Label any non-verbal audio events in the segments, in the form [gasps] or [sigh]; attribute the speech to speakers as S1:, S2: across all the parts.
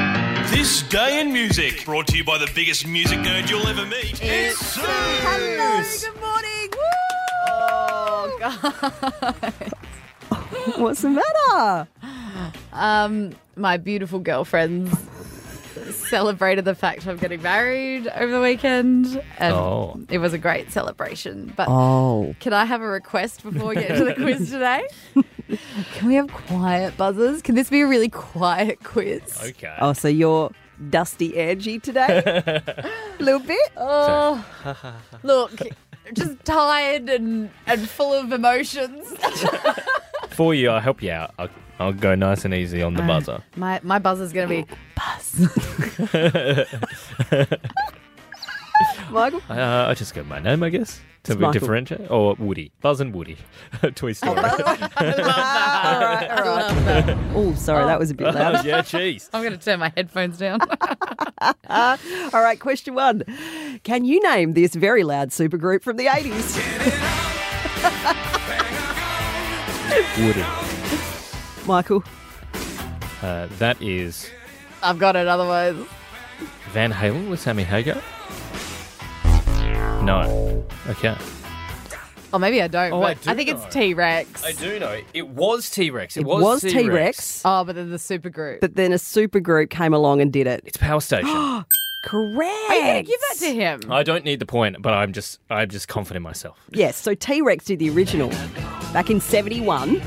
S1: This Day in Music, brought to you by the biggest music nerd you'll ever meet. It's
S2: Hello, good morning. Woo! Oh, God.
S3: [laughs] What's the matter?
S2: Um, my beautiful girlfriends celebrated the fact I'm getting married over the weekend, and
S4: Oh.
S2: it was a great celebration. But
S3: Oh.
S2: can I have a request before we get
S3: [laughs]
S2: into the quiz today? Can we have quiet buzzers? Can this be a really quiet quiz?
S4: Okay.
S3: Oh, so you're dusty edgy [laughs] today? A little bit?
S2: Oh, look, just tired and, and full of emotions.
S4: For you, I'll help you out. I'll, I'll go nice and easy on the
S3: Uh.
S4: buzzer.
S2: My my buzzer's gonna be buzz. [laughs]
S3: Michael?
S4: Uh, I'll just go my name, I guess. To
S3: It's
S4: be
S3: Michael.
S4: differentiate. Or Woody. Buzz and Woody. [laughs] Toy Story.
S3: Oh, sorry, that was a bit [laughs]
S4: [laughs]
S3: loud.
S4: yeah, jeez.
S2: I'm gonna turn my headphones down.
S3: All right, question one. Can you name this very loud supergroup from the 80s?
S4: Woody.
S3: Michael?
S4: Uh, that is
S2: [laughs] I've got it. Otherwise,
S4: Van Halen with Sammy Hagar. No. Okay.
S2: or maybe I don't.
S4: Oh,
S2: but
S4: I do
S2: think
S4: know.
S2: it's T Rex.
S4: do know. It was T Rex.
S3: It was T Rex,
S2: Oh, but then the supergroup.
S3: but then a supergroup came along and did it.
S4: It's Power
S3: [gasps]
S4: Station.
S3: Correct.
S2: Are you gonna give that to him?
S4: I don't need the point, but I'm just I'm just confident in myself.
S3: Yes, so T Rex did the original back in 71.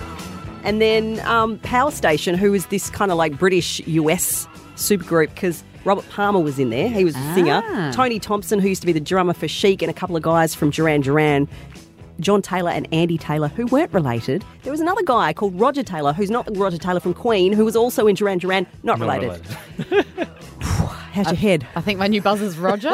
S3: And then um, Power Station, who was this kind of like British US supergroup, because Robert Palmer was in there. He was the singer. Tony Thompson, who used to be the drummer for Chic, and a couple of guys from Duran Duran. John Taylor and Andy Taylor, who weren't related. There was another guy called Roger Taylor, who's not Roger Taylor from Queen, who was also in Duran Duran,
S4: Not
S3: not, related. How's your head?
S2: I think my new buzzer's Roger.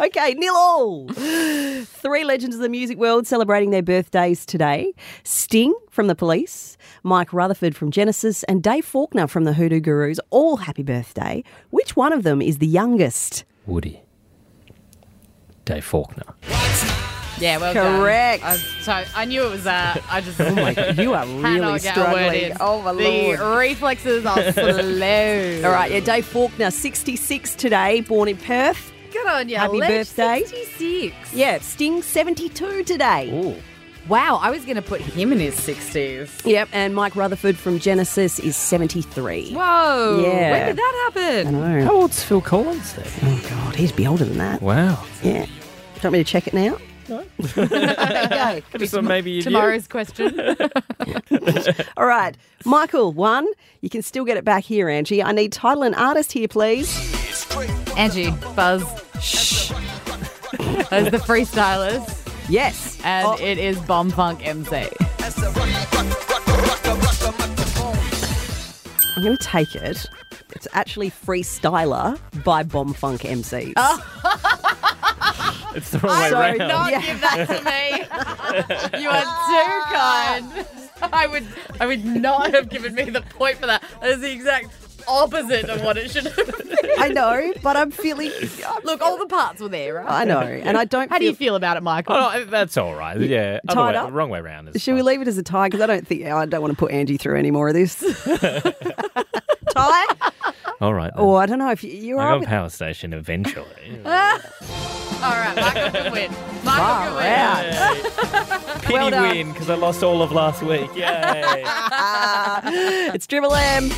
S3: Okay, nil all. Three legends of the music world celebrating their birthdays today Sting from The Police, Mike Rutherford from Genesis, and Dave Faulkner from The Hoodoo Gurus. All happy birthday. Which one of them is the youngest?
S4: Woody. Dave Faulkner.
S2: [laughs] yeah, well
S3: Correct.
S2: Done. I, was- so I knew it was that. I [laughs] just
S3: Oh You are
S2: cannot
S3: really
S2: get a word
S3: struggling.
S2: in.
S3: Oh, my
S2: the
S3: lord.
S2: reflexes [laughs] are slow.
S3: All right, yeah, Dave Faulkner, 66 today, born in Perth.
S2: Good on you.
S3: Happy
S2: Ledge
S3: birthday.
S2: 66.
S3: Yeah, Sting, 72 today.
S4: Ooh.
S2: Wow, I was going to put him in his 60s.
S3: Yep, and Mike Rutherford from Genesis is 73.
S2: Whoa.
S3: Yeah.
S2: When did that [laughs] happen?
S3: No.
S4: How old's Phil Collins then?
S3: Oh, God, he'd be older than that.
S4: Wow.
S3: Yeah. Do you want me to check it now? No.
S2: [laughs]
S4: So maybe you
S2: Tomorrow's question.
S3: All right. Michael, one. You can still get it back here, Angie. I need title and artist here, please.
S2: Angie, Buzz, shh. As the freestylers,
S3: Yes.
S2: and
S3: Oh,
S2: it is Bomb Funk MC.
S3: I'm going to take it. It's actually Freestyler by Bomb Funk MCs.
S2: Oh.
S4: It's the wrong way round.
S3: Sorry, no.
S2: Don't
S3: Yeah.
S2: give that to me. You are too kind. I would, I would not have given me the point for that. That is the exact opposite of what it should have been.
S3: I know, but I'm feeling.
S2: [laughs] Look, all the parts were there, right?
S3: I know, and I don't.
S2: How do you feel about it, Michael?
S4: Oh, no, that's all right. Yeah. Other
S3: Tied
S4: way,
S3: up?
S4: Wrong way round. is
S3: Should we
S4: fine.
S3: leave it as a tie? Because I don't think I don't want to put Angie through any more
S2: [laughs]
S3: of this. tie?
S4: All right. Then.
S3: Oh, I don't know if you, you're
S4: I
S3: all
S4: got
S3: with.
S4: Power Station
S3: [laughs]
S4: eventually.
S2: All right, Michael can win. Michael can win.
S3: Wow.
S4: Pity
S3: Well done.
S4: [laughs] because I lost all of last week. Yay.
S3: It's Triple M.